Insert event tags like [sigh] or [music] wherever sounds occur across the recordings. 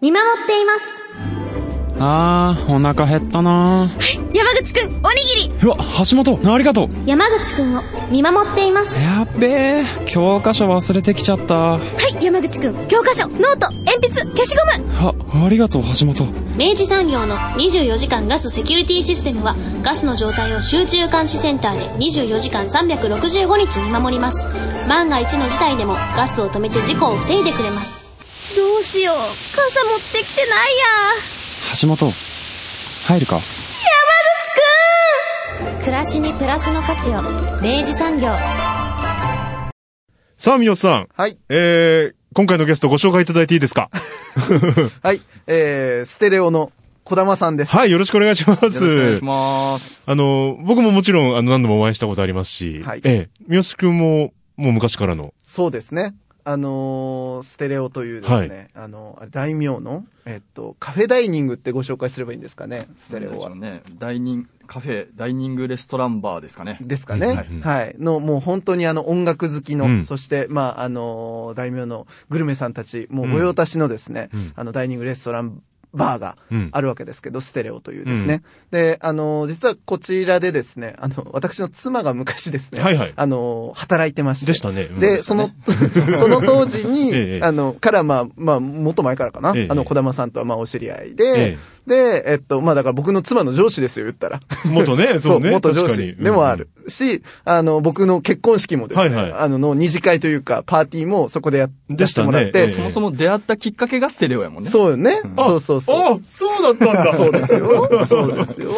見守っています。あー、お腹減ったな山口くん、おにぎりうわ、橋本、ありがとう山口くんを見守っています。はやっべえ、教科書忘れてきちゃった。あ、い、山口くん、教科書、ノート、鉛筆、消しゴムありがとう、橋本。明治産業の24時間ガスセキュリティシステムはガスの状態を集中監視センターで24時間365日見守ります万が一の事態でもガスを止めて事故を防いでくれますどうしよう傘持ってきてない橋本、入るか暮らしにプラスの価値を明治産業さあ、みよさん。はい。えー、今回のゲストご紹介いただいていい [laughs] ですかはい。えー、ステレオの小玉さんです。はい、よろしくお願いします。よろしくお願いします。あの、僕ももちろん、あの、何度もお会いしたことありますし、はいええ、三好くんも、もう昔からの、そうですね。あのー、ステレオというですね、あの、あれ大名の、えっと、カフェダイニングってご紹介すればいいんですかね、ステレオは。ね、ダイニング、カフェ、ダイニングレストランバーですかね。ですかね、うんははいい。の、もう本当にあの音楽好きの、うんそして、まあ、あのー、大名のグルメさんたち、もう御用達のですね、うんあの、ダイニングレストランバーがうんあるわけですけど、ステレオというですね。で、あのー、実はこちらでですね、あの、私の妻が昔ですね、はいはいあのー、働いてまして。でしたねうんで、 [laughs] その、その当時に、ええあの、から、まあ、まあ、もっと前からかな、ええあの、小玉さんとは、まあ、お知り合いえで、で、えっと、まあ、だから僕の妻の上司ですよ、言ったら。元ね、 [laughs] そ、そううね。元上確か司にでもある。。し、あの、僕の結婚式もですね、はいはいあの、の二次会というか、パーティーもそこでやでらしせてたねもらっえて、えそもそも出会ったきっかけがステレオやもんね。そうよね、そうそうそう。あ、そうだったんだ。そうで [laughs] すよ。そうですよ。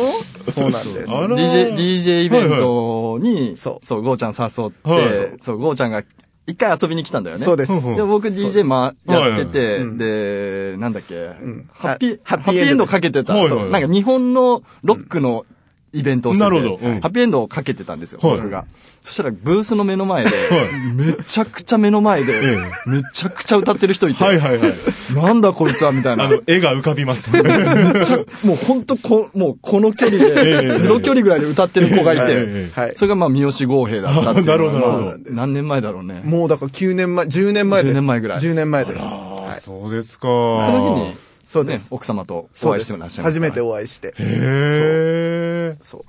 そうなんです。あら DJ、DJ イベントに、そそうう、ゴーちゃん誘って、はいそう、ゴーちゃんが一回遊びに来たんだよね。そうです。うんうんで、僕 DJ ま、はいやはっいてて、うんで、なんだっけ、んハッピー、ハハッッピピーエンードエンドかけてた、はいはいそうなんか日本のロックのイベントをしてて、なるほどうんハッピーエンドをかけてたんですよ、はい僕が。そしたらブースの目の前で、はめちゃくちゃ目の前で、えめちゃくちゃ歌ってる人いて、はいはいはい。なんだこいつはみたいあ [laughs] な。の、絵が浮かびます。めっちゃ、もうほんとこ、もうこの距離ええで、ゼロ距離ぐらいで歌ってる子がいえて、えはいそれがまあ三好豪平だったっていうなるほどなるほどそうなんです何年前だろうね。もうだから9年前、10年前です。 10年前ぐらい10年前です。あはあ、いそうですか。その日に、そうですね奥様とそおう会でいしてすもらっしゃいまし初ためてお会いして。へえ。そう。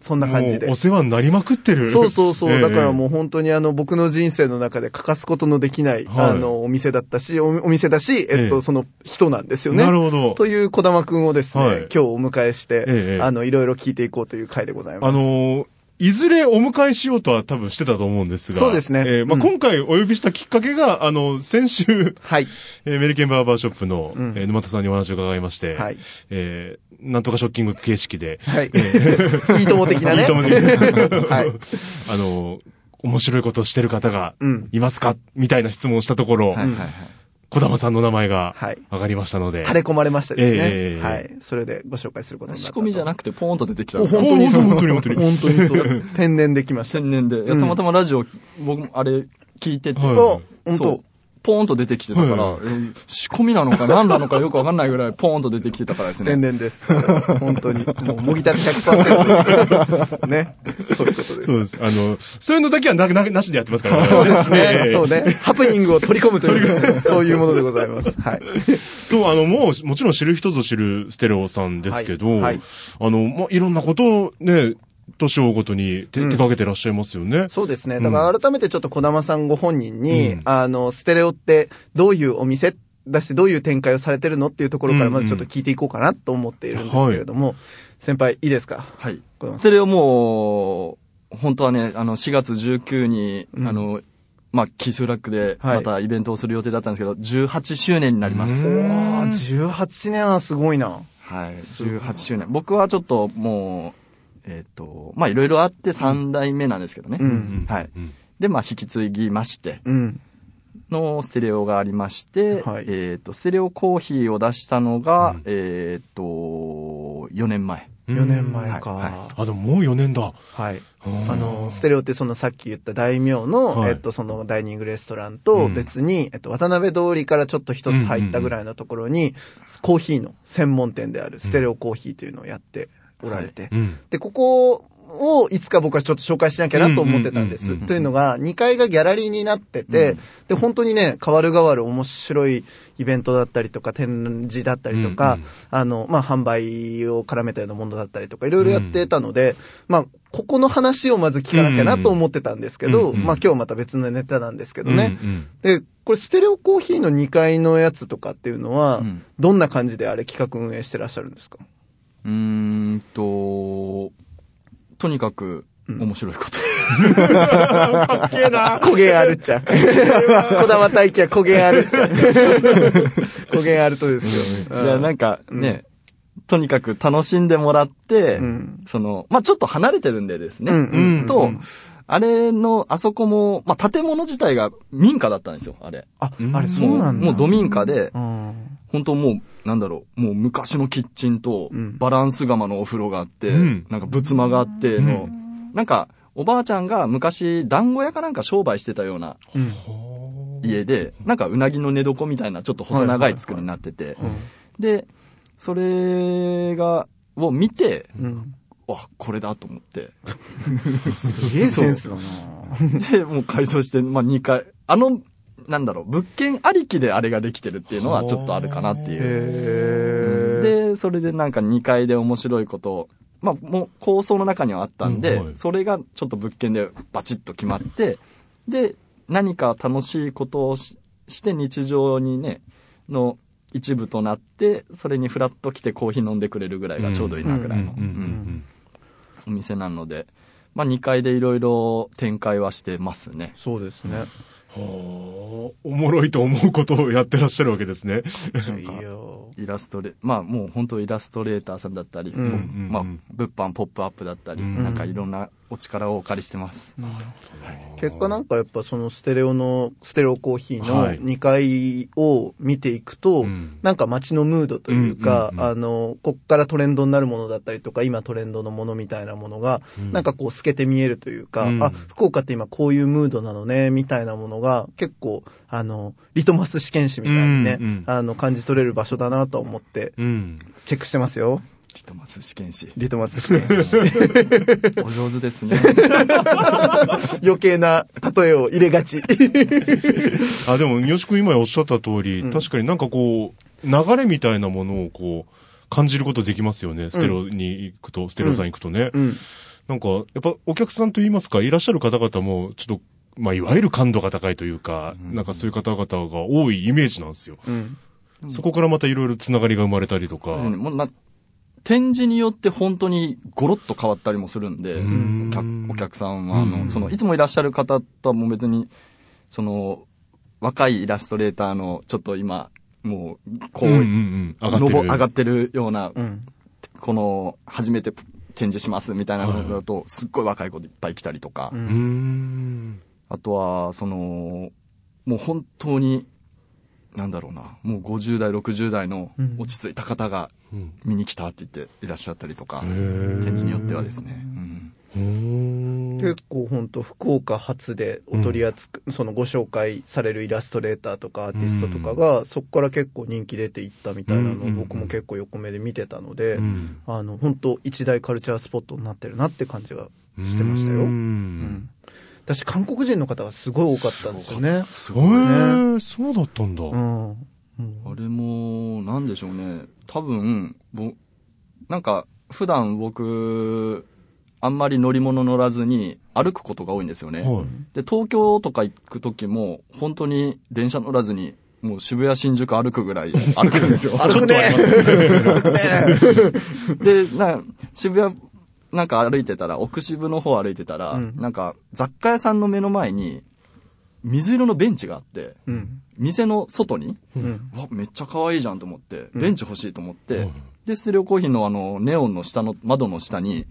そんな感じでもうお。世話になりまくってる。そうそうそう。だからもう。う本当にあの、僕の人生の中で欠かすことのできない、はいあの、お店だったし、おお店だし、えっと、ええその人なんですよね。なるほどという小玉くんをですね、はい今日お迎えして、ええあの、いろいろ聞いていこうという回でございます。あのーいずれお迎えしようとは多分してたと思うんですが。そうですねえーまあ、うん今回お呼びしたきっかけが、あの、先週、はい。えーメリケンバーバーショップの、んえー沼田さんにお話を伺いまして、はいえーなんとかショッキング形式で、はい。 [laughs] いいとも的な [laughs] ね。いいとも的なはい。 [laughs] あのー面白いことをしてる方がうんいますか、みたいな質問をしたところ、はいはいはい。小玉さんの名前がはい上がりましたので。垂れ込まれましたですね。ええはい。それでご紹介することになった仕と。込みじゃなくてポーンと出てきたんおですよ本当にそう本当に [laughs] 本当に本当にそう。天然できました。千年で。いやたまたまラジオ、僕もあれ聞いてて、はいお、本そ当う。ポーンと出てきてたから、はうん仕込みなのか何なのかよくわかんないぐらいポーンと出てきてたからです天ね。然です。本当に。もう、もぎたて100%。ね。そういうことです。そうです。あの、そういうのだけはな、な、なしでやってますから、 [laughs] そうですえね。 [laughs] えそうね。ハプニングを取り込むという、そういうものでございます。はい。そう、あの、もう、もちろん知る人ぞ知るステレオさんですけど、はいはいあの、まあ、いろんなことをね、年を追うごとに手,、手掛けてらっしゃいますよね。そうですね。だから改めてちょっと小玉さんご本人に、うんあの、ステレオってどういうお店だし、どういう展開をされてるのっていうところからまずちょっと聞いていこうかなと思っているんですけれども、先輩、いいですかはい。小玉さそれをもう、本当はね、あの、4月19に、うんあの、まあ、キスラックで、はい。またイベントをする予定だったんですけど、18周年になります。うんああ、18年はすごいな。はい。18周年。僕はちょっと、もう、えっ、と、まあ、いろいろあって3代目なんですけどね。うんうんはいうん。で、まあ、引き継ぎまして、うん。のステレオがありまして、はいえっ、と、ステレオコーヒーを出したのが、うんえっ、と、4年前。 4年前かか。あ、でももう4年だ。はい。ああの、ステレオってそのさっき言った大名の、はいえっと、そのダイニングレストランうとん別に、えっと、渡辺通りからちょっと一つ入ったぐらいのところに、コーヒーの専門店であるステレオコーヒーというのをやっておられて、うん。で、ここをいつか僕はちょっと紹介しなきゃなと思ってたんでうんうんすうん。というのが、2階がギャラリーになってて、で、本当にね、変わる変わる面白いイベントだったりとか、展示だったりとか、うんうんあの、まあ、販売を絡めたようなものだったりとか、いろいろやってたので、まあ、ここの話をまず聞かなきゃなと思ってたんですけど、うんうんまあ、今日また別のネタなんですけどね。うんうんで、これ、ステレオコーヒーの2階のやつとかっていうのは、うんどんな感じであれ企画運営してらっしゃるんですかうーんと、とにかく、面白いこと。かっけえな。焦げあるっ [laughs] ちゃ。小玉大輝は焦げあるっ [laughs] ちゃ。焦げあるとですよ。いや、なんかね、とにかく楽しんでもらって、うんその、まあ、ちょっと離れてるんでですね。うんうんうんと、あれの、あそこも、まあ、建物自体が民家だったんですよ、あれ。あう、んあれそうなんだ。もうド民家で、うん本当もう、なんだろう、もう昔のキッチンとうん、バランス釜のお風呂があって、うんなんか仏間があっての、なんか、おばあちゃんが昔、団子屋かなんか商売してたような家で、なんかうなぎの寝床みたいなちょっと細長い作りになってて、で、それが、を見て、 [laughs] うん。あ、これだと思って、すげえセンスだなで、もう改装して、まあ2回、あの、なんだろう、物件ありきであれができてるっていうのはちょっとあるかなっていう。へで、それでなんか2階で面白いことを、まあもう構想の中にはあったんで、うんはいそれがちょっと物件でバチッと決まって、で、何か楽しいことをしして日常にね、の一部となって、それにフラッと来てコーヒー飲んでくれるぐらいがちょうどいいなぐらいの、うんうんうんうんお店なので、まあ2階でいろいろ展開はしてますね。そうですね。ほうおもろいと思うことをやってらっしゃるわけですね。いやーイラストレ、まあもう本当イラストレーターさんだったり、んポッうんうんまあ物販ポップアップだったり、なんかいろんなお力をお借りしてます。結果なんかやっぱそのステレオの、ステレオコーヒーのはい2階を見ていくと、うんなんか街のムードというか、うんうんうんあの、こっからトレンドになるものだったりとか、今トレンドのものみたいなものが、なんかこう透けて見えるというか、うんあ、福岡って今こういうムードなのね、みたいなものが結構、あの、リトマス試験紙みたいにね、うんうんあの、感じ取れる場所だなと思って、うん。チェックしてますよ。ひとまず試験紙。 [laughs] リトマス試験紙。 [laughs] お上手ですね。余計な例えを入れ [laughs] がち。あ、でも、三好君今おっしゃった通り、ん確かになんかこう、流れみたいなものをこう、感じることできますよね。ステロに行くと、ステロさん行くとね。うん。なんか、やっぱお客さんといいますか、いらっしゃる方々も、ちょっと、まあ、いわゆる感度が高いというか、なんかそういう方々が多いイメージなんですよ。うん。そこからまたいろいろつながりが生まれたりとか。もうな展示によって本当にゴロッと変わったりもするんで、んお客お客さんは、あの、その、いつもいらっしゃる方とはもう別に、その、若いイラストレーターの、ちょっと今、もう、こう、うんうんうん。上がってのる。ぼ上がってるような、うん。この、初めて展示しますみたいなのだと、すっごい若い子いっぱい来たりとか、んうーん。あとは、その、もう本当に、なんだろうな、もう50代、60代のうん落ち着いた方がうん見に来たって言っていらっしゃったりとか、ー展示によってはですね。うんうーん結構本当福岡発でお取り扱い、そのご紹介されるイラストレーターとかアーティストとかが、そこから結構人気出ていったみたいなのうをん僕も結構横目で見てたので、うんあの本当一大カルチャースポットになってるなって感じがしてましたよ。うーうんん。私韓国人の方がすごい多かったんですよね。すへい。ー、そうだったんだ。うん。あれも、なんでしょうね。多分、ぼ、なんか、普段僕、あんまり乗り物乗らずに歩くことが多いんですよね。はい。で、東京とか行くときも、本当に電車乗らずに、もう渋谷、新宿歩くぐらい歩くんですよ。 [laughs] 歩くね歩くねで、な、渋谷、なんか歩いてたら、奥渋の方歩いてたら、うんなんか、雑貨屋さんの目の前に、水色のベンチがあって、うん。店の外に、うん。うわ、めっちゃ可愛いじゃんと思って、ベンチ欲しいと思って、うんで、ステレオコーヒーのあの、ネオンの下の、窓の下に、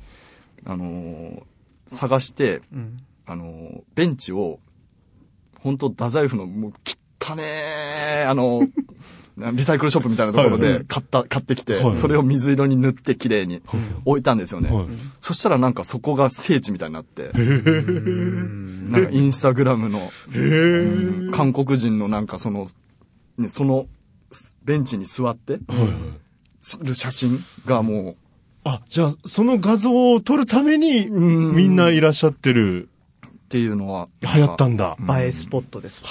あのー探して、うん。あのーベンチを、本当太宰府の、もう、汚ねえ、あの [laughs] ーなリサイクルショップみたいなところはいはでい買った、買ってきて、はいそれを水色に塗って綺麗に置いたんですよね。はいそしたらなんかそこが聖地みたいになって、なんかインスタグラムの、うん韓国人のなんかその、ね、その、すベンチに座ってはいはいする写真がもう、あ、じゃあ、その画像を撮るために、んみんないらっしゃってる、っていうのは。流行ったんだ。映えスポットです。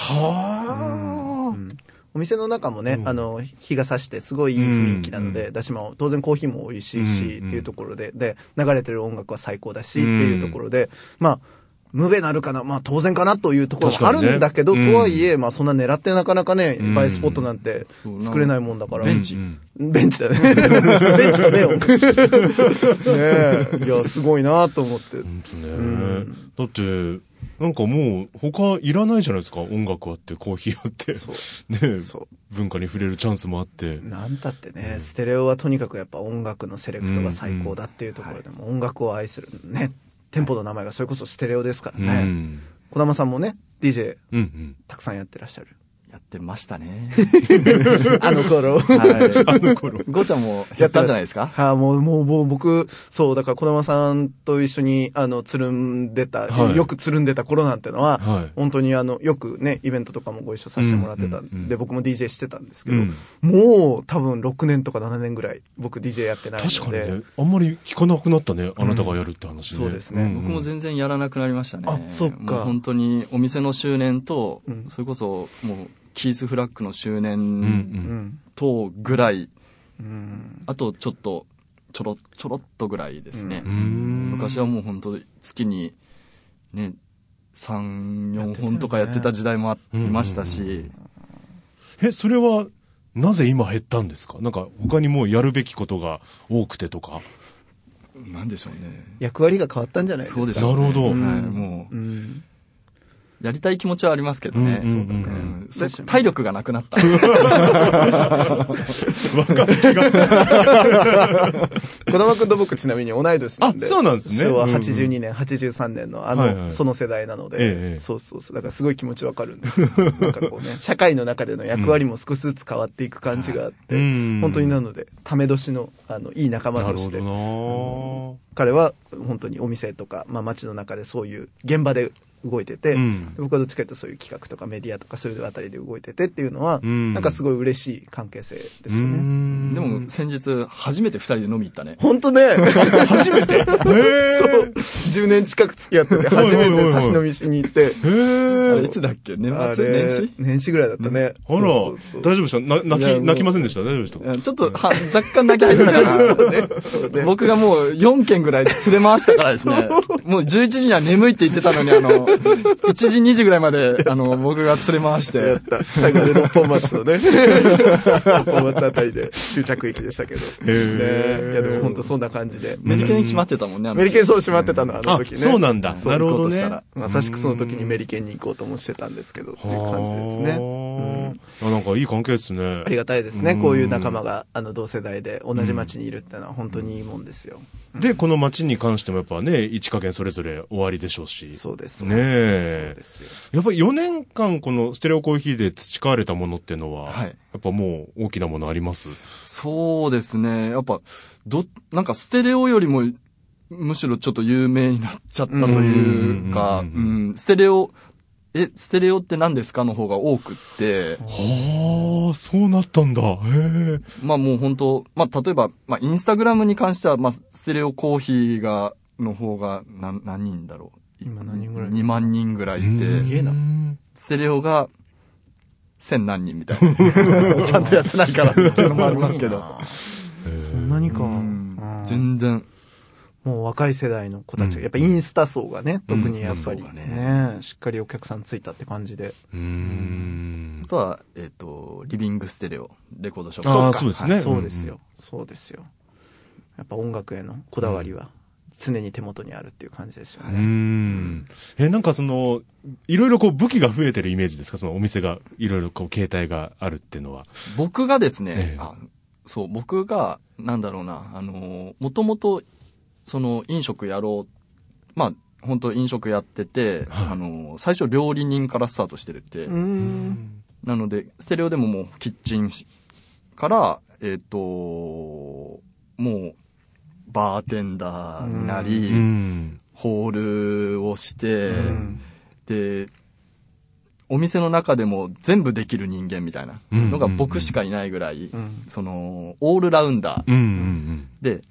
はあ。お店の中もね、うんあの、日が差してすごいいい雰囲気なので、だし、まあ、当然コーヒーも美味しいし、うんっていうところで、で、流れてる音楽は最高だし、っていうところで、まあ、無べなるかな、まあ当然かなというところもあ確かにねるんだけど、うんとはいえ、まあそんな狙ってなかなかね、ん映えスポットなんて作れないもんだから。ベンチうんベンチだ [laughs] ね。ベンチだね、音楽ねえいや、すごいなと思って。本当ね。だって、なんかもう、他いらないじゃないですか、音楽あって、コーヒーあって。 [laughs] ねそう文化に触れるチャンスもあって。なんたってね、ステレオはとにかくやっぱ音楽のセレクトが最高だっていうところでも、音楽を愛するね、店舗の名前がそれこそステレオですからうね。ん。小玉さんもね、DJ うんうん。たくさんやってらっしゃる。やってましたね。あの頃。はい。あの頃。ゴーちゃんもやったんじゃないですかはい、もう、もう、もう僕、そう、だから小玉さんと一緒に、あの、つるんでた、はいよくつるんでた頃なんてのは、はい本当にあの、よくね、イベントとかもご一緒させてもらってたんで、うんうんうん僕も DJ してたんですけど、うんもう多分6年とか7年ぐらい、僕 DJ やってないので。確かにね、あんまり聞かなくなったね、あなたがやるって話ね。そうですねん僕も全然やらなくなりましたね。あそっかもう本当にお店の周年と、んそれこそもうキースフラッグのう周んう。年うんん。とぐらい、うん。あとちょっとちょろちょろっとぐらいですね。うん昔はもう本当月にね、3、4本とかやってた時代もありましたし、え、それは、なぜ今減ったんですかなんか、他にもうやるべきことが多くてとか。なんでしょうね。役割が変わったんじゃないですか。そうでしすょね。なるほどはい、うんもう、うん。やりたい気持ちはありますけどね。うんうんうんうんそうそう体力がなくなった。わかる気がする。小玉くんと僕ちなみに同い年なんで。あそうなんですね昭和うんうん82年、83年の、あの、はいはいその世代なので、ええそうそうそう。だからすごい気持ちわかるんですよ。なんかこ [laughs] うね、社会の中での役割も少しずつ変わっていく感じがあって、うん本当になので、ため年の、あの、いい仲間として、なるほ彼は本当にお店とか、まあ街の中でそういう現場で動いてて、うん僕はどっちかというとそういう企画とかメディアとかそういうあたりで動いててっていうのは、うんなんかすごい嬉しい関係性でどすなようね。んでも先日初めて二人で飲み行ったね。本当ね、 [laughs] 初めてそう。10年近く付き合ってて、初めて差し飲みしに行って。へあえれい。つだっけ年あ末れ年始年始ぐらいだったね。あら、そう大そうそう丈夫でしたな泣いやき、もう泣きませんでした大丈夫でしたうんちょっとは若干泣き入ってたかねそうねら、僕がもう4軒ぐらい連れ回したからですね。もう11時には眠いって言ってたのに、あの、1時2時ぐらいまで、あの、僕が連れ回し、やってた。最後で六本松のね、 [laughs] 六本松あたりで終着駅でしたけど。へねいやでも本当そんな感じで。メリケン閉まってたもんね、あのメリケンそう閉まってたの、あのあ時、ね。そうなんだ。そうなるほ行こどうとしねた。らまさしくその時にメリケンに行こうともしてたんですけど、っていう感じですね。うんあーあなんかいい関係ですねあ。りがたいですね。こういう仲間が、あの、同世代で同じ町にいるってのは本当にいいもんですよ。で、この街に関してもやっぱね、一加減それぞれ終わりでしょうし。そうです。そうねえですそうですよ。やっぱり4年間このステレオコーヒーで培われたものってのは、はいやっぱもう大きなものあります。そうですね。やっぱ、ど、なんかステレオよりも、むしろちょっと有名になっちゃったというか、ううんん、ステレオ、え、ステレオって何ですかの方が多くって、はあ、そうなったんだ。へえ。まあもう本当、まあ例えば、まあインスタグラムに関しては、まあステレオコーヒーが、の方が、なん、何人だろう。今何人ぐらい ?2 万人ぐらいいすて、げえな。ステレオが、千何人みたいな。 [laughs] ちゃんとやってないからっていうのもありますけど。そんなにか。うん全然。もう若い世代の子たちが、やっぱインスタ層がね、特にやっぱイりンスタ層がね、しっかりお客さんついたって感じで。うーんあ。とは、えっ、と、リビングステレオ、レコードショップ。ああ、かそうですね。はいそうですよ。そうですよ。やっぱ音楽へのこだわりは常に手元にあるっていう感じですようーね。ん。え、なんかその、いろいろこう武器が増えてるイメージですかそのお店が、いろいろこう携帯があるっていうのは。僕がですね、ええあそう、僕が、なんだろうな、あの、もともと、その、飲食やろう、まあ、本当飲食やってて、はいあの、最初料理人からスタートしてるって、うーん。なので、ステレオでももう、キッチンしから、えっ、と、もう、バーテンダーになり、うん。ホールをして、うんで、お店の中でも全部できる人間みたいなのが僕しかいないぐらい、んその、オールラウンダーうん。で、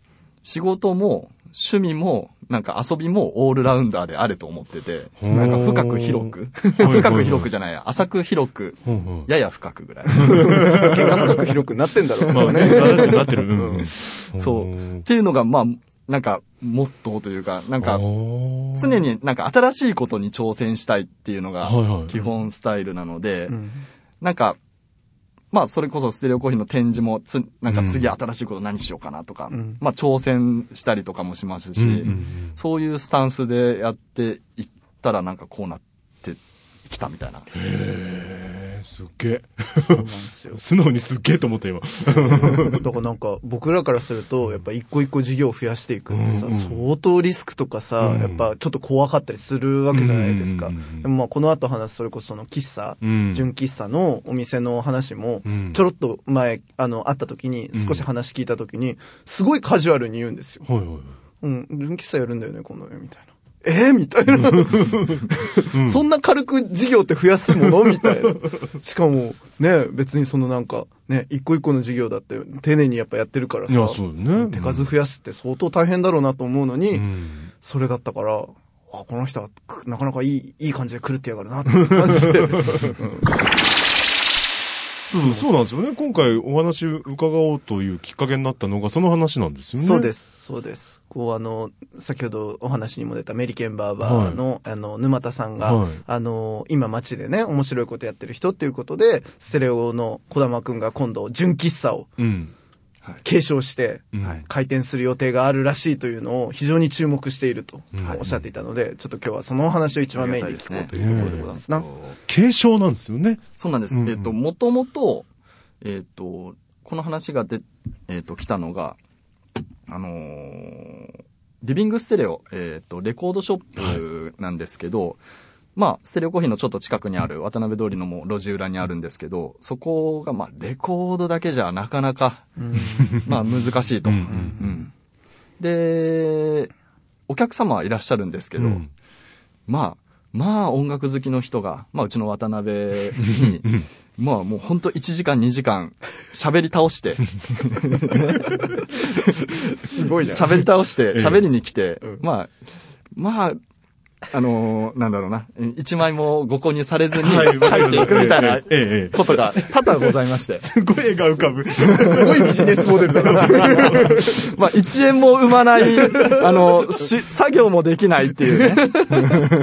仕事も趣味もなんか遊びもオールラウンダーであれと思ってて、ーなんか深く広く、いはい深く広くじゃない、浅く広く、ほうほやや深く [laughs] ぐらい。結果深く広くなってんだろううまあ、ね。ね、なってる。うん [laughs] うん。そう。っていうのが、まあ、なんか、モットーというか、なんか、常になんか新しいことに挑戦したいっていうのがはいはい基本スタイルなので、うんなんか、まあそれこそステレオコーヒーの展示もつ、なんか次新しいこと何しようかなとか、うんまあ挑戦したりとかもしますうし、んうんそういうスタンスでやっていったらなんかこうなってきたみたいな。えーすっげえ。 [laughs] 素直にすっげえと思った今。だからなんか僕らからするとやっぱ一個一個事業を増やしていくってさ、うんうん相当リスクとかさ、うんやっぱちょっと怖かったりするわけじゃないですか、うんうんうんでもまあこの後話すそれこそその喫茶、うん純喫茶のお店の話もうんちょろっと前あの会った時に少し話聞いた時にすごいカジュアルに言うんですよはいはい。 「うん純喫茶やるんだよね今度ね」みたいな。えー、みたいな。 [laughs] そんな軽く事業って増やすものみたいな。しかも、ね、別にそのなんか、ね、一個一個の事業だって丁寧にやっぱやってるからいや、さ、そうだよね。手数増やすって相当大変だろうなと思うのに、うんそれだったから、あ、この人はくなかなかいい、いい感じで狂ってやがるなって感じ [laughs] で。そうそうそうなんですよね。今回お話伺おうというきっかけになったのがその話なんですよね。。そうですす、そうです。こう、あの、先ほどお話にも出たメリケンバーバーの、あの、沼田さんが、はいあの、今街でね、面白いことやってる人っていうことで、ステレオの小玉くんが今度、純喫茶をうん。継承して、うんはい開店する予定があるらしいというのを非常に注目しているとはいおっしゃっていたので、ちょっと今日はそのお話を一番メインに聞こうというところでございますな。継承なんですよね。そうなんです。うんうんえっ、と、もともと、えっ、と、この話がで、えっ、と、来たのが、あのーリビングステレオ、えっ、と、レコードショップなんですけど、まあ、ステレオコーヒーのちょっと近くにある、渡辺通りのもう路地裏にあるんですけど、そこが、まあ、レコードだけじゃなかなか、まあ、難しいと。うんで、お客様はいらっしゃるんですけど、うんまあ、まあ音楽好きの人が、まあうちの渡辺に、まあもうほんと1時間2時間喋り倒して、すごいね。喋り倒して、喋りに来て、んまあ、まあ、あのーなんだろうな、1枚もご購入されずには入いわかりましたっていくみたいなええええことが多々ございまして。すごい絵が浮 [laughs] かぶ。すごいビジネスモデルだな。 [laughs] まあ、1円も生まない、あの、し、作業もできないっていうね。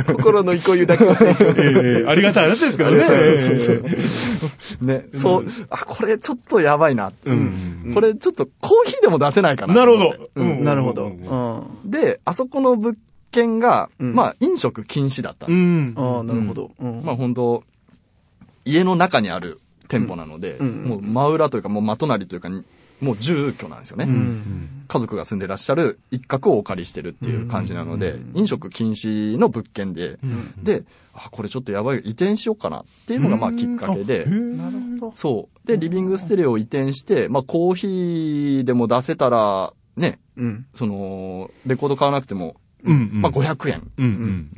心の憩いだけがねええええありがたい話ですからね。 [laughs] そうそうそうそうええええね、そう、あ、これちょっとやばいな。うんこれちょっとコーヒーでも出せないかなとな思るって。ほど。うんなるほど。ううんあん。あで、あそこの物件が、うんまあ飲食禁止だったんうでん。あ、なるほど。うんまあ本当家の中にある店舗なので、んもう真裏というかもう真隣というかに、もう住居なんですよね。家族が住んでらっしゃる一角をお借りしてるっていう感じなので、飲食禁止の物件で、で、あ、これちょっとやばい、移転しようかなっていうのがまあきっかけで、なるそう。で、リビングステレオを移転して、まあコーヒーでも出せたら、ね、うん。その、レコード買わなくても、ほど。うん。まあ500円うんうん。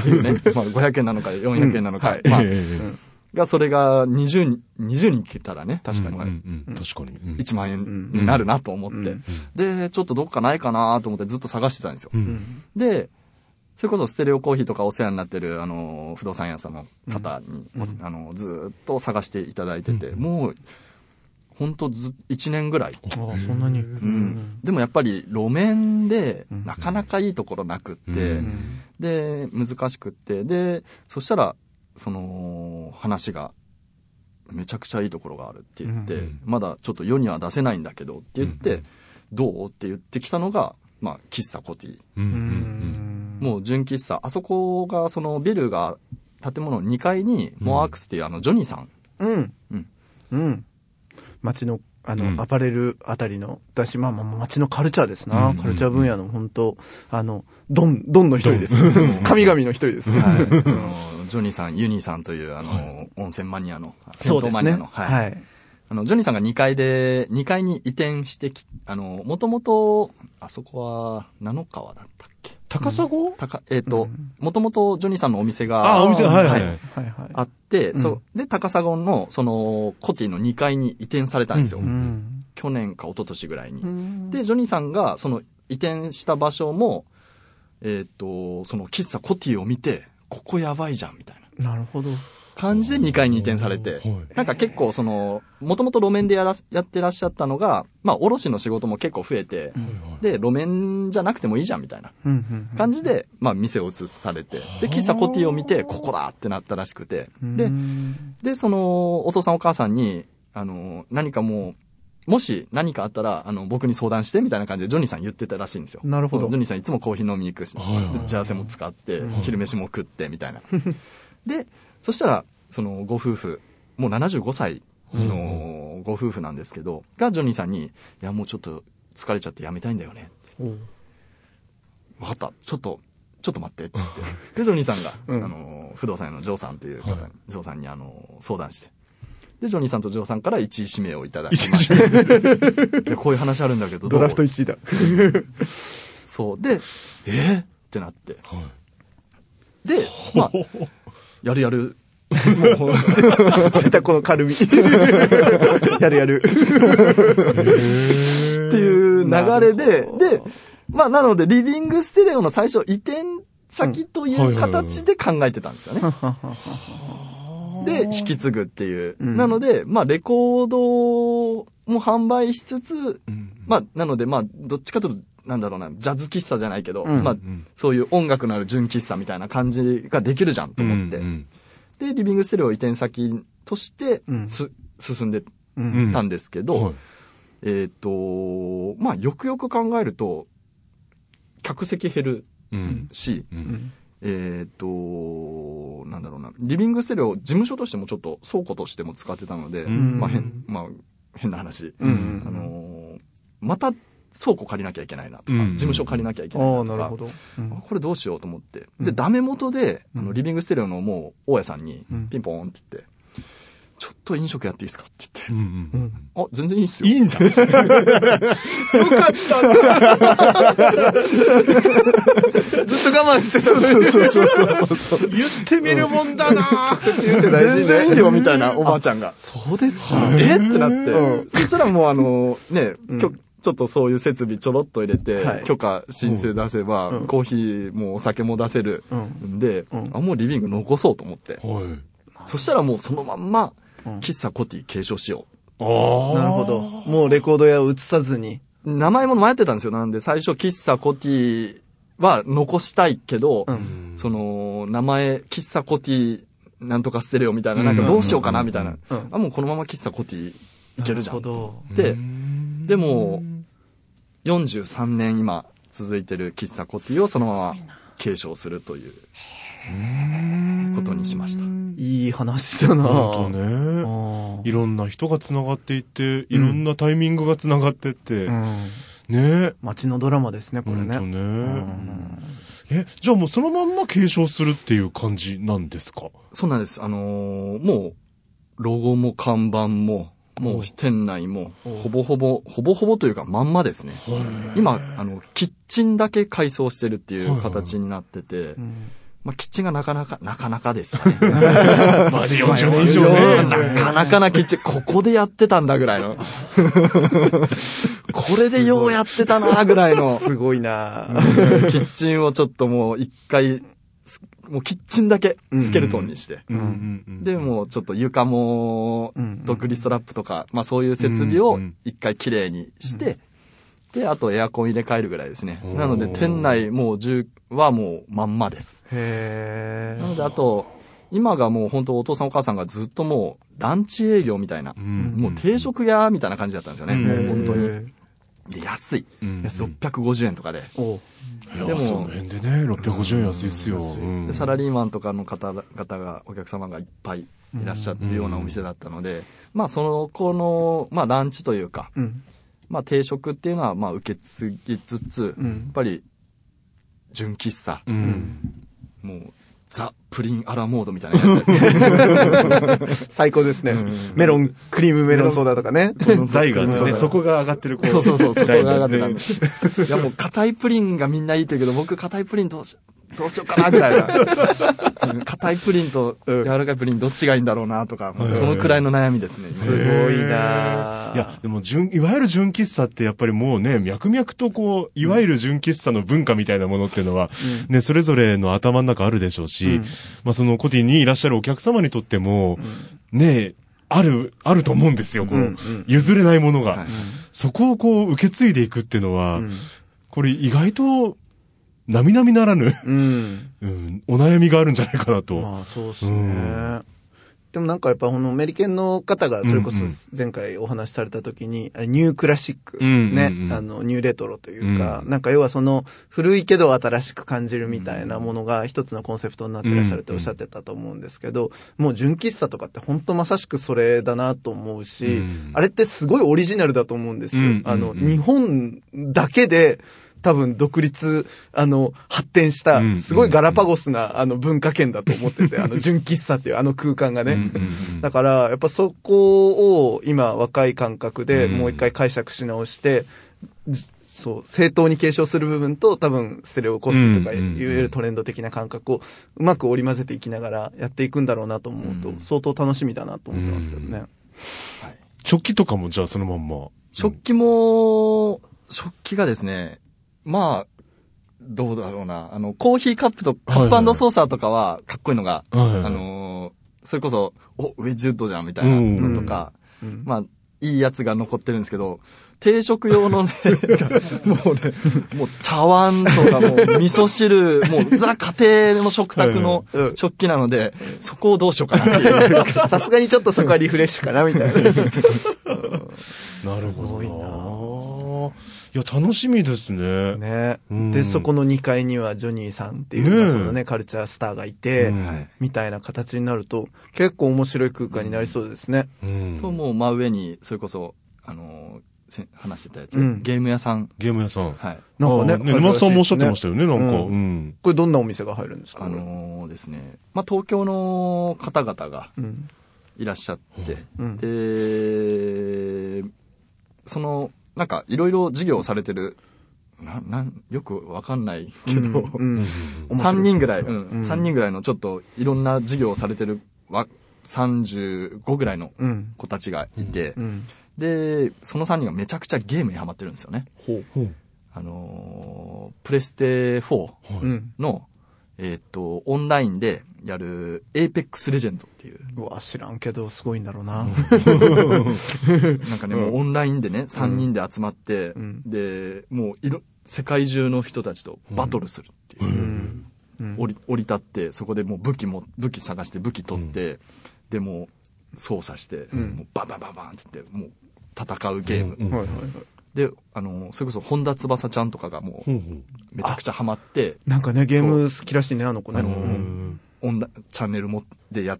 っていうね、まあ500円なのか400円なのか、ええまあええ、がそれが20人、20人来たらね、確かに、うんうんうん確かに。うん1万円になるなと思って、で、ちょっとどっかないかなと思ってずっと探してたんですよ。うんで、それこそステレオコーヒーとかお世話になってる、あの、不動産屋さんの方に、あの、ずーっと探していただいてて、もう、ほんとず、1年ぐらい。ああ、そんなに。ううんん。でもやっぱり路面で、なかなかいいところなくって、で、難しくって、で、そしたら、その、話が、めちゃくちゃいいところがあるって言って、うんうんまだちょっと世には出せないんだけどって言って、うんうんどうって言ってきたのが、まあ、喫茶コティ。うんうんもう純喫茶。あそこが、そのビルが、建物の2階に、モアアークスっていうあの、ジョニーさん。うん。うんうん。街の、あの、うんアパレルあたりの、だし、まあまあ、街のカルチャーですな。うんカルチャー分野の本当あの、ドン、ドンの一人です。神々の一人です。はい。あの、ジョニーさん、ユニーさんという、あの、温泉マニアの、銭湯マニアの、はいはい。あの、ジョニーさんが2階で、2階に移転してき、あの、もともと、あそこは、七川だったっけ高砂高、えっ、と、もともとジョニーさんのお店が、あ、お店が、はいはい。はいはい。あって、んそう、で、高砂の、その、コティの2階に移転されたんですよ。うん。去年か一昨年ぐらいに。うんで、ジョニーさんが、その、移転した場所も、えっ、と、その喫茶コティを見て、ここやばいじゃん、みたいな。なるほど。感じで2階に移転されておーはい、なんか結構その、もともと路面でやらす、やってらっしゃったのが、まあ、卸の仕事も結構増えて、で、路面じゃなくてもいいじゃんみたいなうんうん感じで、まあ、店を移されて、で、喫茶コティを見て、ここだってなったらしくて、うん。でう、んで、その、お父さんお母さんに、あの、何かもう、もし何かあったら、あの、僕に相談して、みたいな感じでジョニーさん言ってたらしいんですよ。なるほどジョニーさんいつもコーヒー飲みに行くし、はいはいでジャーセも使って、昼飯も食って、みたいな。で、そしたら、その、ご夫婦、もう75歳のご夫婦なんですけど、がジョニーさんに、いや、もうちょっと疲れちゃってやめたいんだよね。わかった。ちょっと、ちょっ [laughs] と待って、つって。で、ジョニーさんが、うんあの、不動産屋のジョーさんという方に、はいジョーさんに、あの、相談して。で、ジョニーさんとジョーさんから一位指名をいただきまして。 [laughs] で、こういう話あるんだけど、どドうラフト1位だ。そう。で、えーってなって。はい。 [laughs] で、まあ、やるやる。出たこの軽 [laughs] み。やるやる。っていう流れで、で、まあ、なので、リビングステレオの最初、移転先というんはいはういはい形で考えてたんですよね。で、引き継ぐっていう。んなので、まあ、レコードも販売しつつ、まあ、なので、まあ、どっちかというと、なんだろうな、ジャズ喫茶じゃないけど、うんまあ、そういう音楽のある純喫茶みたいな感じができるじゃんと思って。うんうんで、リビングステレオ移転先としてうんす、進んでう。うんんたんですけど、はいえっ、と、まあ、よくよく考えると、客席減るうんし、うんえっ、と、なんだろうな、リビングステレオ、事務所としてもちょっと倉庫としても使ってたので、んまあ、変、まあ、変な話。うんあのーまた倉庫借りなきゃいけないなとうか、ん事務所借りなきゃいけないああ、ななとるほ、かど。あこれどうしようと思って。うんで、ダメ元で、あうの、んリビングステレオのもう、大家さんにうん、ピンポーンって言って、ちょっと飲食やっていいですかって言って、うんううんん。あ、全然いいっすよ。いいんだ。よかった。ずっと我慢してた。そうそうそうそうそう。言ってみるもんだな直接言って大事ね [laughs] 全然いいよ、みたいな、おばあちゃんが。 [laughs] そうですか。えってなって、うそしたらもうあの、ね、んきょちょっとそういう設備ちょろっと入れて、はい許可申請出せば、うんコーヒーもお酒も出せるうんんで、うんあ、もうリビング残そうと思って。はい。そしたらもうそのまんま、うん喫茶コティ継承しよああ。なるほど。もうレコード屋を移さずに。う。名前も迷ってたんですよ。なんで最初喫茶コティは残したいけど、うん。その、名前、喫茶コティ、なんとかステレオみたいうな、んなんかどうしようかな、みたいな。うんあ、もうこのまま喫茶コティいけるじゃん。なるほで、でも、43年今続いてる喫茶コティをそのまま継承するという、ことにしました。ど。いい話だな本当あね。ーいろんな人が繋がっていって、いろんなタイミングが繋がってって、うん。ね。街のドラマですね、こほれんとね。うね。んえ、じゃあもうそのまんま継承するっていう感じなんですかそうなんです。あのーもう、ロゴも看板も、もう店内も、ほぼほぼ、ほぼほぼというかまんまですね。今、あの、キッチンだけ改装してるっていう形になってて、まあ、キッチンがなかなか、なかなかです [laughs] よね。まあ40年以以上上ね。 [laughs] なかなかなキッチン、ここでやってたんだぐらいの。 [laughs] これでようやってたなぐらいの、すごいなキッチンをちょっともう一回、すもうキッチンだけスケルトンにして。うんうんうんで、もうちょっと床もうん、ドッグリストラップとか、まあそういう設備をうんうん一回綺麗にして、で、あとエアコン入れ替えるぐらいですね。おーなので店内もう10はもうまんまです。へなので、あと、今がもう本当お父さんお母さんがずっともうランチ営業みたいな、んもう定食屋みたいな感じだったんですよね。うんもえ。う本当に。に。で、安い。うん650円とかで。おういでや、もその辺でね、650円安いっすよ。うんでサラリーマンとかの方々が、お客様がいっぱいいらっしゃるようなお店だったので、まあ、その子の、まあ、ランチというか、うん。まあ、定食っていうのは、まあ、受け継ぎつつ、うんやっぱり、純喫茶、うん。もう、ザ・プリン・アラモードみたいなやつです [laughs] ね。最高ですね。メロン、クリームメロンソーダとかね。台がそうね、そこが上がってる。こ [laughs] そうそうそう、そこが上がってた台んで。いや、もう、硬いプリンがみんないいって言うけど、僕、硬いプリンどうしどうしようかなぐらいなうん [laughs] 硬いプリンと柔らかいプリンどっちがいいんだろうなとか、もうそのくらいの悩みですね。すごいなぁいや、でも、純、いわゆる純喫茶ってやっぱりもうね、脈々とこう、いわゆる純喫茶の文化みたいなものっていうのは、ね、それぞれの頭の中あるでしょうし、まあそのコティにいらっしゃるお客様にとっても、ね、ある、あると思うんですよ、こう、うんうん譲れないものが、はいそこをこう、受け継いでいくっていうのは、うんこれ意外と、並々ならぬ、うん。うん、お悩みがあるんじゃないかなと。まあそうですね。うんでもなんかやっぱこのメリケンの方がそれこそうんうん前回お話しされた時に、あれニュークラシック、うんうんねうん、あの、ニューレトロというか、うんなんか要はその古いけど新しく感じるみたいなものが一つのコンセプトになってらっしゃるっておっしゃってたと思うんですけど、もう純喫茶とかって本当まさしくそれだなと思うし、うんあれってすごいオリジナルだと思うんですよ。うんうんうんあの、日本だけで、多分独立、あの、発展したうん、すごいガラパゴスな、あの、文化圏だと [laughs] 思ってて、あの、純喫茶っていうあの空間がね。うんうんうんだから、やっぱそこを今、若い感覚でうんもう一回解釈し直して、じそう、正当に継承する部分と、多分、ステレオコーヒーとうか、いんうんうわんゆるトレンド的な感覚を、うまく織り交ぜていきながらやっていくんだろうなと思うとう、ん相当楽しみだなと思ってますけどね。食器とかもじゃあそのまんま。食器も、食器がですね、まあ、どうだろうな。あの、コーヒーカップと、カはいップソーサーとかは、かっこいいのが、はいはいあのーそれこそ、お、ウェッジウッドじゃん、みたいなのとか、うんまあ、いいやつが残ってるんですけど、定食用のね、 [laughs] もうね、もう茶碗とかもう味噌汁、もうザ家庭の食卓のはいはい食器なので、そこをどうしようかなってい [laughs] う。さすがにちょっとそこはリフレッシュかな、みたいな。なるほどすいや、楽しみですね。ね、うんで、そこの2階にはジョニーさんっていう、まあねえそのね、カルチャースターがいて、うんはいみたいな形になると、結構面白い空間になりそうですね。うんと、もう真上に、それこそ、あのーせ話してたやつ、うんゲーム屋さん。ゲーム屋さん。はい。なんかねあ、沼津さんもおっしゃってましたよ。よね、なんか。ううん。これどんなお店が入るんですかあのーですね、まあ、東京の方々がうん。いらっしゃって、うんで、その、なんか、いろいろ事業をされてる、な、なん、よくわかんないけど、うんうん3人ぐらい、ううんん3人ぐらいのちょっといろんな事業をされてるわ35ぐらいのうん。子たちがいて、うん。で、その3人がめちゃくちゃゲームにハマってるんですよね。ほう。ほう。あのープレステ4うん。の、えーっと、オンラインでやる Apex Legend っていう、うわ、知らんけど、すごいんだろう [laughs] な。なんかね、もうオンラインでね、3人で集まって、んで、もういろ、世界中の人たちとバトルするっていうう。ん。うん降り降り立ってそこでもう武器も武器探して武器取って、でもう操作して、んもうバンバンバンバンって言ってもう戦うゲーム、うんはいはいはい。であのそれこそ本田翼ちゃんとかがもうほうほう。めちゃくちゃハマってなんかね、ゲーム好きらしいね、あの子ね。あのうーんオンラチャンネル持ってや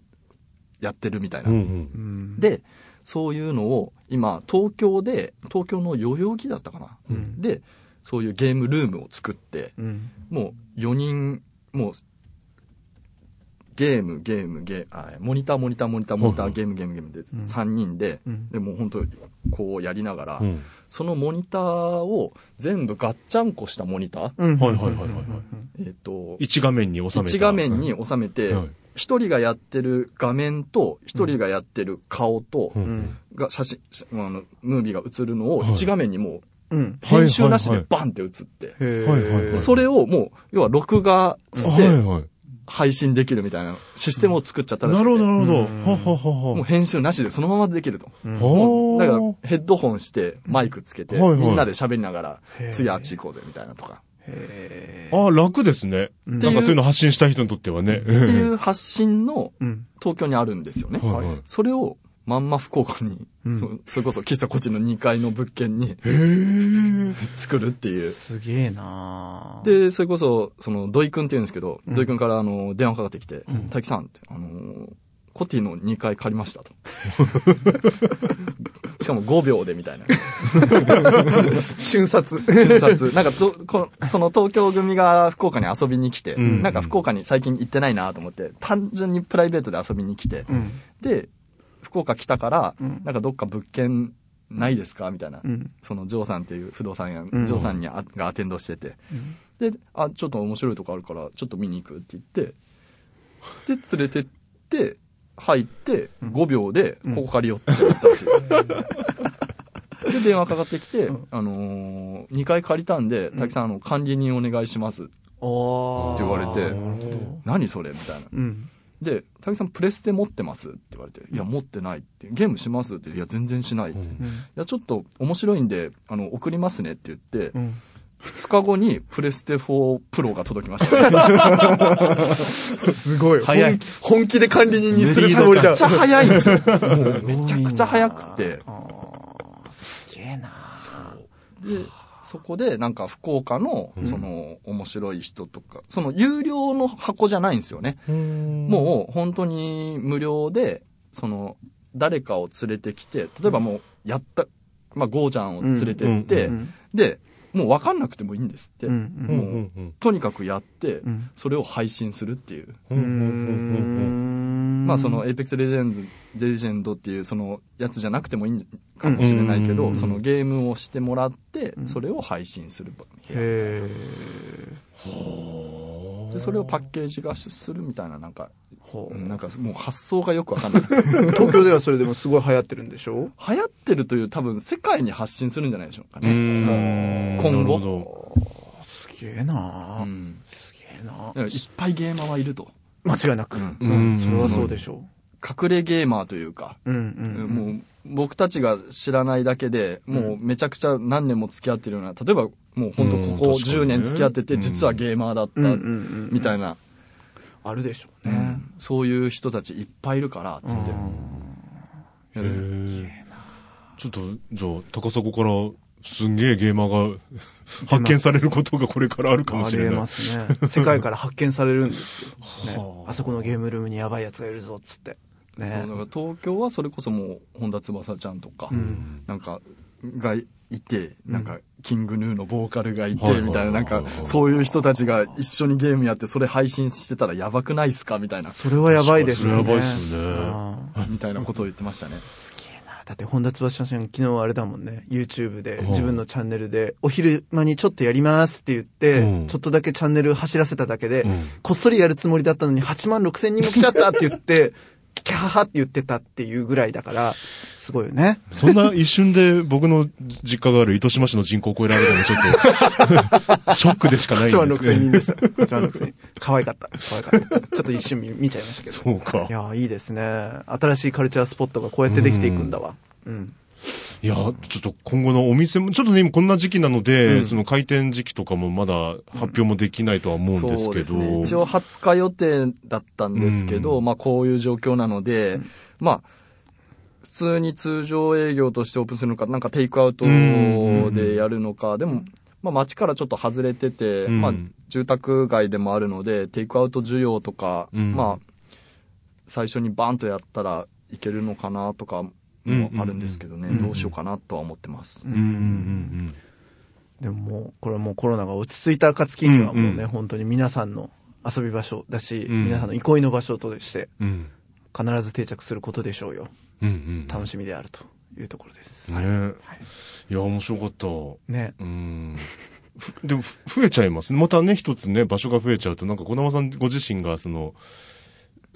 やってるみたいな、うんう。うんん。でそういうのを今東京で東京の代々木だったかな、うんでそういうゲームルームを作って、うん。もう4人、もう、ゲーム、ゲーム、ゲーム、あモニター、モニター、モニター、モニタはいー、ゲーム、ゲーム、ゲームでん3人で、うんで、もう本当こうやりながら、うんそのモニターを全部ガッチャンコしたモニター、うん。はいはいはいはいはい。えっ、と、一画面に収めた。 1画面に収めてはい、一、人がやってる画面と、一人がやってる顔と、うんうん。が写真、写あの、ムービーが映るのをはい1画面にもううん。編集なしはでいバンって映って、へーはいはいはいそれをもう、要は録画しはいて、はい。配信できるみたいなシステムを作っちゃったらなしくて、るほどなるほど。うんははははもう編集なしでそのままできると。うんはあ。だからヘッドホンしてマイクつけて、はいはいみんなで喋りながらへー、次あっち行こうぜみたいなとか。あ楽ですね。うんなんかそういうの発信したい人にとってはね。ってっていう発信のうん。東京にあるんですよね。はいはいそれをまんま福岡に、そそれこそ喫茶こっちの2階の物件に作るっていう。すげえなー、で、それこそ、その、土井くんって言うんですけど、ん土井くんから、あの、電話かかってきて、大樹さんって、あのー、コティの2階借りましたと。しかも5秒でみたいな。瞬殺。瞬殺。なんかどこの、その東京組が福岡に遊びに来て、んなんか福岡に最近行ってないなと思って、単純にプライベートで遊びに来て、うん。で、福岡来たから、うんなんかどっか物件ないですかみたいな、うんそのジョーさんっていう不動産屋、うんジョーさんにあがアテンドしてて、であちょっと面白いとこあるからちょっと見に行くって言ってで連れてって入って5秒で「ここ借りよ」って言ったらし [laughs] いです、で電話かかってきて、あのー、2回借りたんで「滝さんあの管理人お願いします」ってあ言われてなるほど「何それ?」みたいなうん。で「滝さんプレステ持ってます?」って言われて「いや持ってない」って「ゲームします?」って「いや全然しない」って「いやちょっと面白いんであの送りますね」って言って、ん2日後にプレステ4プロが届きました、 [laughs] めっすごい。早い本気。本気で管理人にするつもりじゃん。ちゃ早いんですよめちゃくちゃ早くてすげえな。でそこでなんか福岡のその面白い人とか、その有料の箱じゃないんですよね、もう本当に無料でその誰かを連れてきて例えばもうやった、まあ、ゴーちゃんを連れてって、うんうんでもう分かんなくてもいいんですって、うんうんもう、うんとにかくやって、んそれを配信するっていう、うんうんうんまあその Apex Legends レジェンドっていうそのやつじゃなくてもいいんかもしれないけど、そのゲームをしてもらってそれを配信する部屋へでそれをパッケージ化するみたいななんかほううんなんかもう発想がよくわかんないえ。東京ではそれでもすごい流行ってるんでしょ流行ってるという多分世界に発信するんじゃないでしょうかねうん今後なるほどすげえなう。んすげえなだ。からいっぱいゲーマーはいると間違いなく。ううん。んそれはそうでしょ隠れゲーマーというかう。うんうん。もう僕たちが知らないだけでもうめちゃくちゃ何年も付き合ってるような例えばもう本当ここうん確かにね10年付き合ってて実はゲーマーだったうんうんうんみたいな、あるでしょうねね。そういう人たちいっぱいいるからって言って、へーちょっとじゃあ高砂からすんげえゲーマ [laughs] ーが発見されることがこれからあるかもあしれりえないま。すね。世界から発見されるんですよ。ねはああそこのゲームルームにやばいやつがいるぞ、つって。ねそうだから東京はそれこそもう本田翼ちゃんとか、なんかがいてなんかキングヌーのボーカルがいはいはいてはいみたいななんかそういう人たちが一緒にゲームやってそれ配信してたらやばくないっすかみた [laughs] いなそれはやばいですよね。それはやばいですよねうんみたいなことを言ってましたねすげえな。だって、本田翼さん、昨日あれだもんね、YouTube で、自分のチャンネルで、お昼間にちょっとやりますって言って、うんちょっとだけチャンネル走らせただけで、んこっそりやるつもりだったのに、8万6千人も来ちゃったって言って、 [laughs] キャハハって言ってたっていうぐらいだから、すごいよね。そんな一瞬で僕の実家がある糸島市の人口を超えられたのちょっとショックでしかないんです8万6 [laughs] 千人ね。でした。8万6千人。可愛かった。可愛かった。ちょっと一瞬見見ちゃいましたけど。 [laughs] そうかい。やー、いいですね。新しいカルチャースポットがこうやってできていくんだわ。うん。いや、ちょっと今後のお店も、ちょっとね、今こんな時期なので、その開店時期とかもまだ発表もできないとは思うんですけど。そうですね。一応20日予定だったんですけど、うまあこういう状況なので、まあ、普通に通常営業としてオープンするのか、なんかテイクアウトでやるのか、でも、まあ街からちょっと外れてて、うんまあ住宅街でもあるので、テイクアウト需要とか、うんまあ、最初にバンとやったらいけるのかなとか、もあるんですけどね、どうしようかなとは思ってます。うんうんでももう、これはもうコロナが落ち着いた暁にはもうね、うんうん本当に皆さんの遊び場所だし、ん皆さんの憩いの場所として、うんうん。うん。必ず定着することでしょうよ。うんうん。楽しみであるというところです。ねいや、面白かった。ね。うん。ふでも、ふ増えちゃいますね。またね、一つね、場所が増えちゃうと、なんか、小玉さんご自身が、その、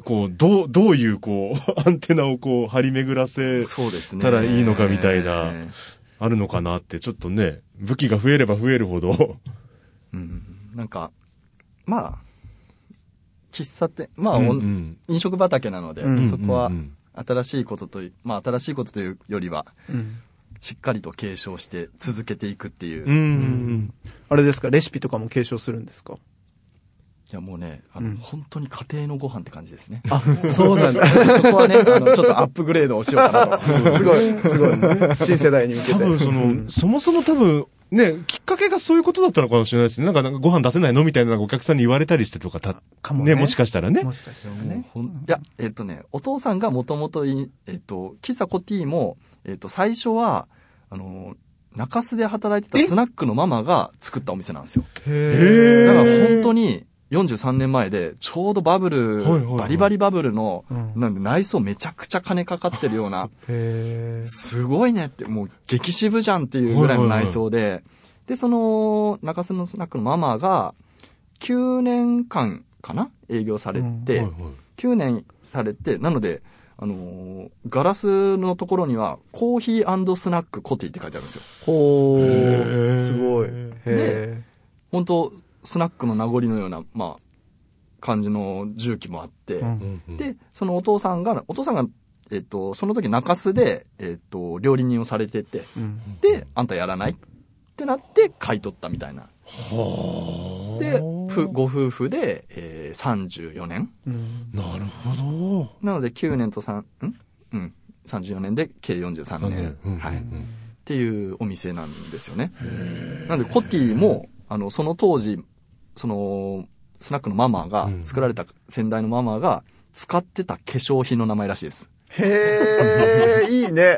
こう、どう、どういう、こう、 [laughs] アンテナをこう、張り巡らせ、そうですね。ただいいのかみたいなあるのかなって、ちょっとね、武器が増えれば増えるほど、うんなんか、まあ、喫茶店、まあ、うんおうん飲食畑なので、うんそこはうんうん新しいこととい、まあ、新しいことというよりは、しっかりと継承して続けていくっていうう。いん。あれですか、レシピとかも継承するんですかや、もうね、あの、本当に家庭のご飯って感じですね。あ、そうなんだ。 [laughs] そこはね、あの、ちょっとアップグレードをしようかなと。すごい、すごい。新世代に向けて。多分その、そもそも多分、ね、きっかけがそういうことだったのかもしれないですね。なんか、なんかご飯出せないのみたいなのがお客さんに言われたりしてとか、た、かもねもしかしたらね。もしかしたらね。ほんいや、えっ、とね、お父さんがもともとい、えっ、と、喫茶コティも、えっ、と、最初は、あの、中洲で働いてたスナックのママが作ったお店なんですよ。へへだーから本当に、 43年前で、ちょうどバブル、はいはいはいバリバリバブルの、うんなんで内装めちゃくちゃ金かかってるような、へすごいねって、もう激渋じゃんっていうぐらいの内装で、で、その、中洲のスナックのママが、9年間かな営業されて、はいはい9年されて、なので、あのーガラスのところには、コーヒースナックコティって書いてあるんですよ。ほへー。ーすごい。へ本当スナックの名残のような、まあ、感じの重機もあって、ー。ううんんうんで、そのお父さんが、お父さんが、えっと、その時中洲で、えっと、料理人をされてて、うん。で、あんたやらないってなって買い取ったみたいな。はあで、ふご夫婦で、えー、34年。うん。なるほど。なので9年と3、んうん。34年で計43年。うんうんうんはい。っていうお店なんですよね。なんで、コティも、あの、その当時、その、スナックのママが、作られた先代のママが、使ってた化粧品の名前らしいです。へ [laughs] ー、いいね。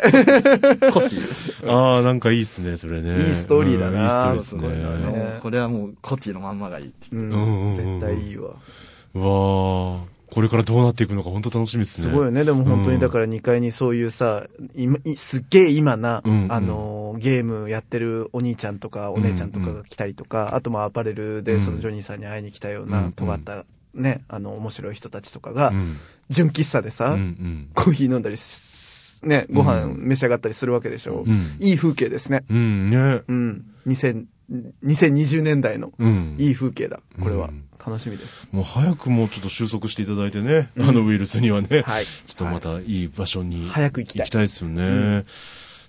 コテ [laughs] ィ。ああ、なんかいいっすね、それね。いいストーリーだなうんいいストーリーですすごいね。なこれはもう、コティのまんまがいいって。うんうんうんうん絶対いいわ。うわあ、これからどうなっていくのか本当楽しみですね。すごいよね。でも本当うにんだから2階にそういうさ、今いすっげえ今な、うんうんあのー、ゲームやってるお兄ちゃんとかお姉ちゃんとかが来たりとか、あとまあアパレルでそのジョニーさんに会いに来たよううんう、なん尖ったね、あの、面白い人たちとかがう、ん。純喫茶でうさ、んコーヒー飲んだりし、ね、ご飯うん召し上がったりするわけでしょう。ん。いい風景ですね。うん、ね。うん。2000 2020年代のうん。いい風景だ。これはうん。楽しみです。もう早くもうちょっと収束していただいてね、あのウイルスにはね、はいちょっとまたいい場所に、早く行きたい行きたいですよね。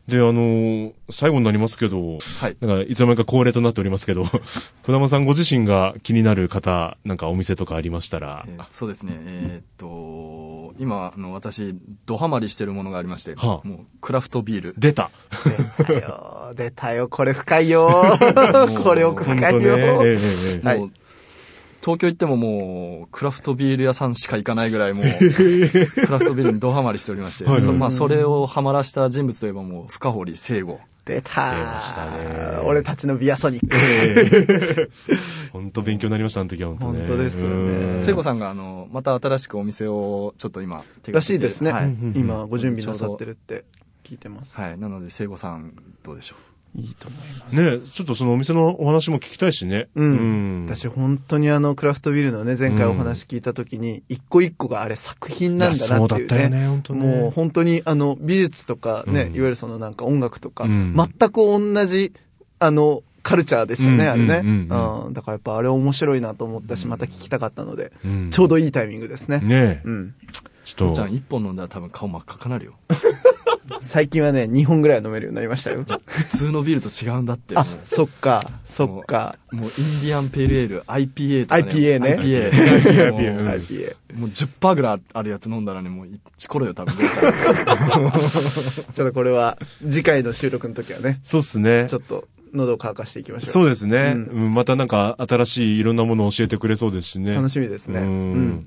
で、あのー最後になりますけど、はいなんかいつの間にか恒例となっておりますけど、 [laughs] 児玉さんご自身が気になる方、なんかお店とかありましたらえ、ーそうですね、えーっと、今、あの私、ドハマりしてるものがありまして、はあもうクラフトビール。出た出たよ。 [laughs] 出たよ。これ深 [laughs] いよ。これ奥本深当いね。えよ。ええええはいもう東京行ってももう、クラフトビール屋さんしか行かないぐ [laughs] らいもう、クラフトビールにドハマりしておりまして、はいはいそまあ、それをハマらした人物といえばもう、深堀聖吾。出したたね。俺たちのビアソニック。ええ本当勉強になりました、あの時は本当ね。本当ですよねうん聖吾さんが、あの、また新しくお店を、ちょっと今、手らがしいですねは。今、ご準備なさってるって聞いてます。はい。なので、聖吾さん、どうでしょいいと思います。ねちょっとそのお店のお話も聞きたいしね。うん。私私本当にあのクラフトビールのね、前回お話聞いた時に、一個一個があれ作品なんだなっていいやそうだっうね。たよね本当ねもう本当にあの美術とかね、うんいわゆるそのなんか音楽とか、うん全く同じ、あの、カルチャーでしたね、うんあれね。うんうんうんだからやっぱあれ面白いなと思ったし、また聞きたかったので、うんちょうどいいタイミングですね。ねうん。ちう。ょ父っちゃとん、。一本飲んだら多分顔真っ赤かなるよ。最近はね、2本ぐらいは飲めるようになりましたよ。普通のビールと違うんだって。あもう、そっか、そっか。もうインディアンペールエール、IPA とか、ね。 IPA ね IPA。IPA もううん IPA。もう10%ぐらいあるやつ飲んだらね、もう一コロよ、[laughs] 多分。ちょっとこれは、次回の収録の時はね、そうっすねちょ。っと喉を乾かしていきましょう。そうですね、うんうんまたなんか新しいいろんなものを教えてくれそうですしね。楽しみですね。ううんん。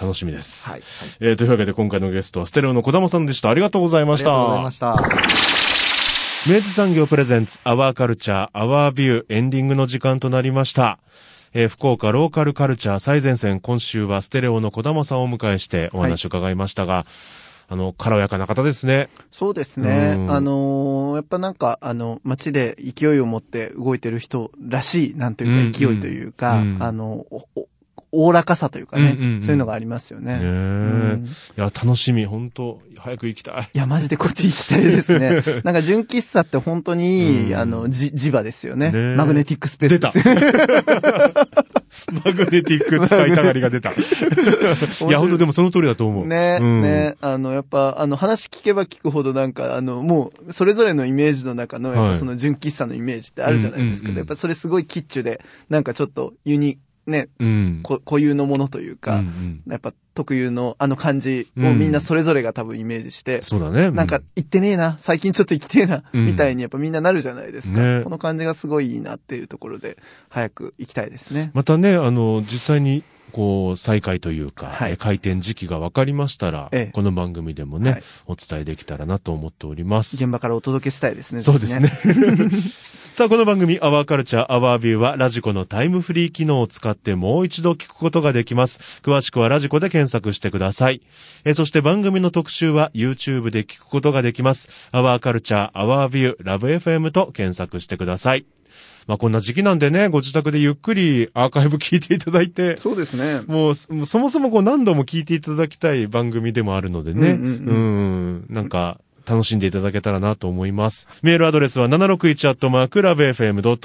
楽しみです。はい。えーというわけで今回のゲストはステレオの小玉さんでした。ありがとうございまあしりた。がとうございました。明治産業プレゼンツ、アワーカルチャー、アワービュー、エンディングの時間となりました。えー福岡ローカルカルチャー最前線、今週はステレオの小玉さんをお迎えしてお話を伺いましたが、あの、軽やかな方ですね。そうですね。うんあのーやっぱなんか、あの、街で勢いを持って動いてる人らしい、なんうとんいううんか勢いというか、うんあの、おおおおらかさというかね、うんうんうんそういうのがありますよね。ねえうんいや、楽しみ、本当早く行きたい。 [laughs] いや、マジでこっち行きたいですね。なんか、純喫茶って本当にいい、うんあの、じ、磁場ですよね。ねえマグネティックスペースですよ [laughs] ね。マグネティック使いたがりが [laughs] 出た。いや、本当でもその通りだと思う。ね、うん、ね、あの、やっぱ、あの、話聞けば聞くほどなんか、あの、もう、それぞれのイメージの中の、やっはぱいその純喫茶のイメージってあるじゃないですか。うんうんうんやっぱそれすごいキッチュで、なんかちょっとユニ、ね、うん。こ固有のものというか、うんうんやっぱ特有のあの感じをうんみんなそれぞれが多分イメージして、そうだね。うなんか、行ってねえな、最近ちょっと行きてえな、うんみたいにやっぱみんななるじゃないですか。ねこの感じがすごいいいなっていうところで、早く行きたいですね。またね、あの、実際に、こう、再開というか、はいえー開店時期が分かりましたら、ええこの番組でもね、はいお伝えできたらなと思っております。現場からお届けしたいですね。そうですね。 [laughs] さあ、この番組、アワーカルチャー、アワービューは、ラジコのタイムフリー機能を使ってもう一度聞くことができます。詳しくはラジコで検索してください。えーそして番組の特集は、YouTube で聞くことができます。アワーカルチャー、アワービュー、ラブ FM と検索してください。まあ、こんな時期なんでね、ご自宅でゆっくりアーカイブ聞いていただいて。そうですね。もう、そもうそもそもこう何度も聞いていただきたい番組でもあるのでね。ううんんなんか、楽しんでいただけたらなと思います。メールアドレスは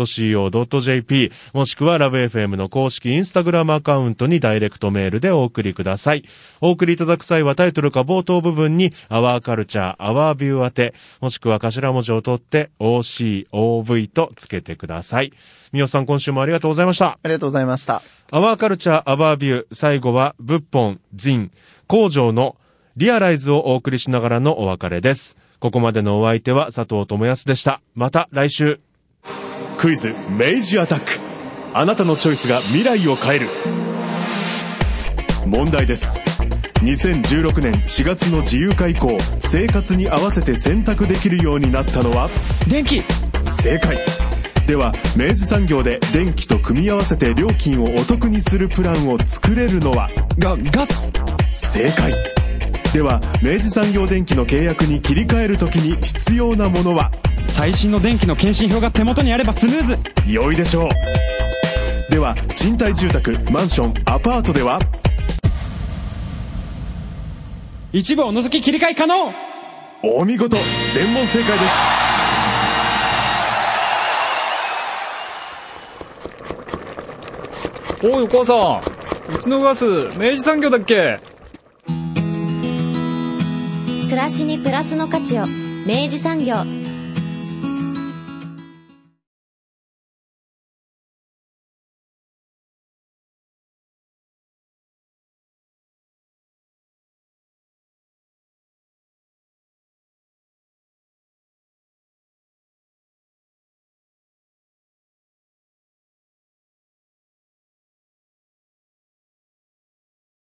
761-lovefm.co.jp もしくはラブ f m の公式インスタグラムアカウントにダイレクトメールでお送りください。お送りいただく際はタイトルか冒頭部分に Our Culture, Our View 宛て、もしくは頭文字を取って OCOV とつけてください。みおさん今週もありがとうございました。ありがとうございました。アワーカルチャーアワービュー、最後は、仏本、人、工場のリアライズをお送りしながらのお別れです。ここまでのお相手は佐藤智康でした。また来週。クイズ「明治アタック」あなたのチョイスが未来を変える問題です2016年4月の自由化以降生活に合わせて選択できるようになったのは電気正解では明治産業で電気と組み合わせて料金をお得にするプランを作れるのはが、ガス正解では明治産業電気の契約に切り替えるときに必要なものは最新の電気の検診票が手元にあればスムーズ良いでしょうでは賃貸住宅マンションアパートでは一部を除き切り替え可能お見事全問正解ですおいお母さんうちのガス明治産業だっけ暮らしにプラスの価値を明治産業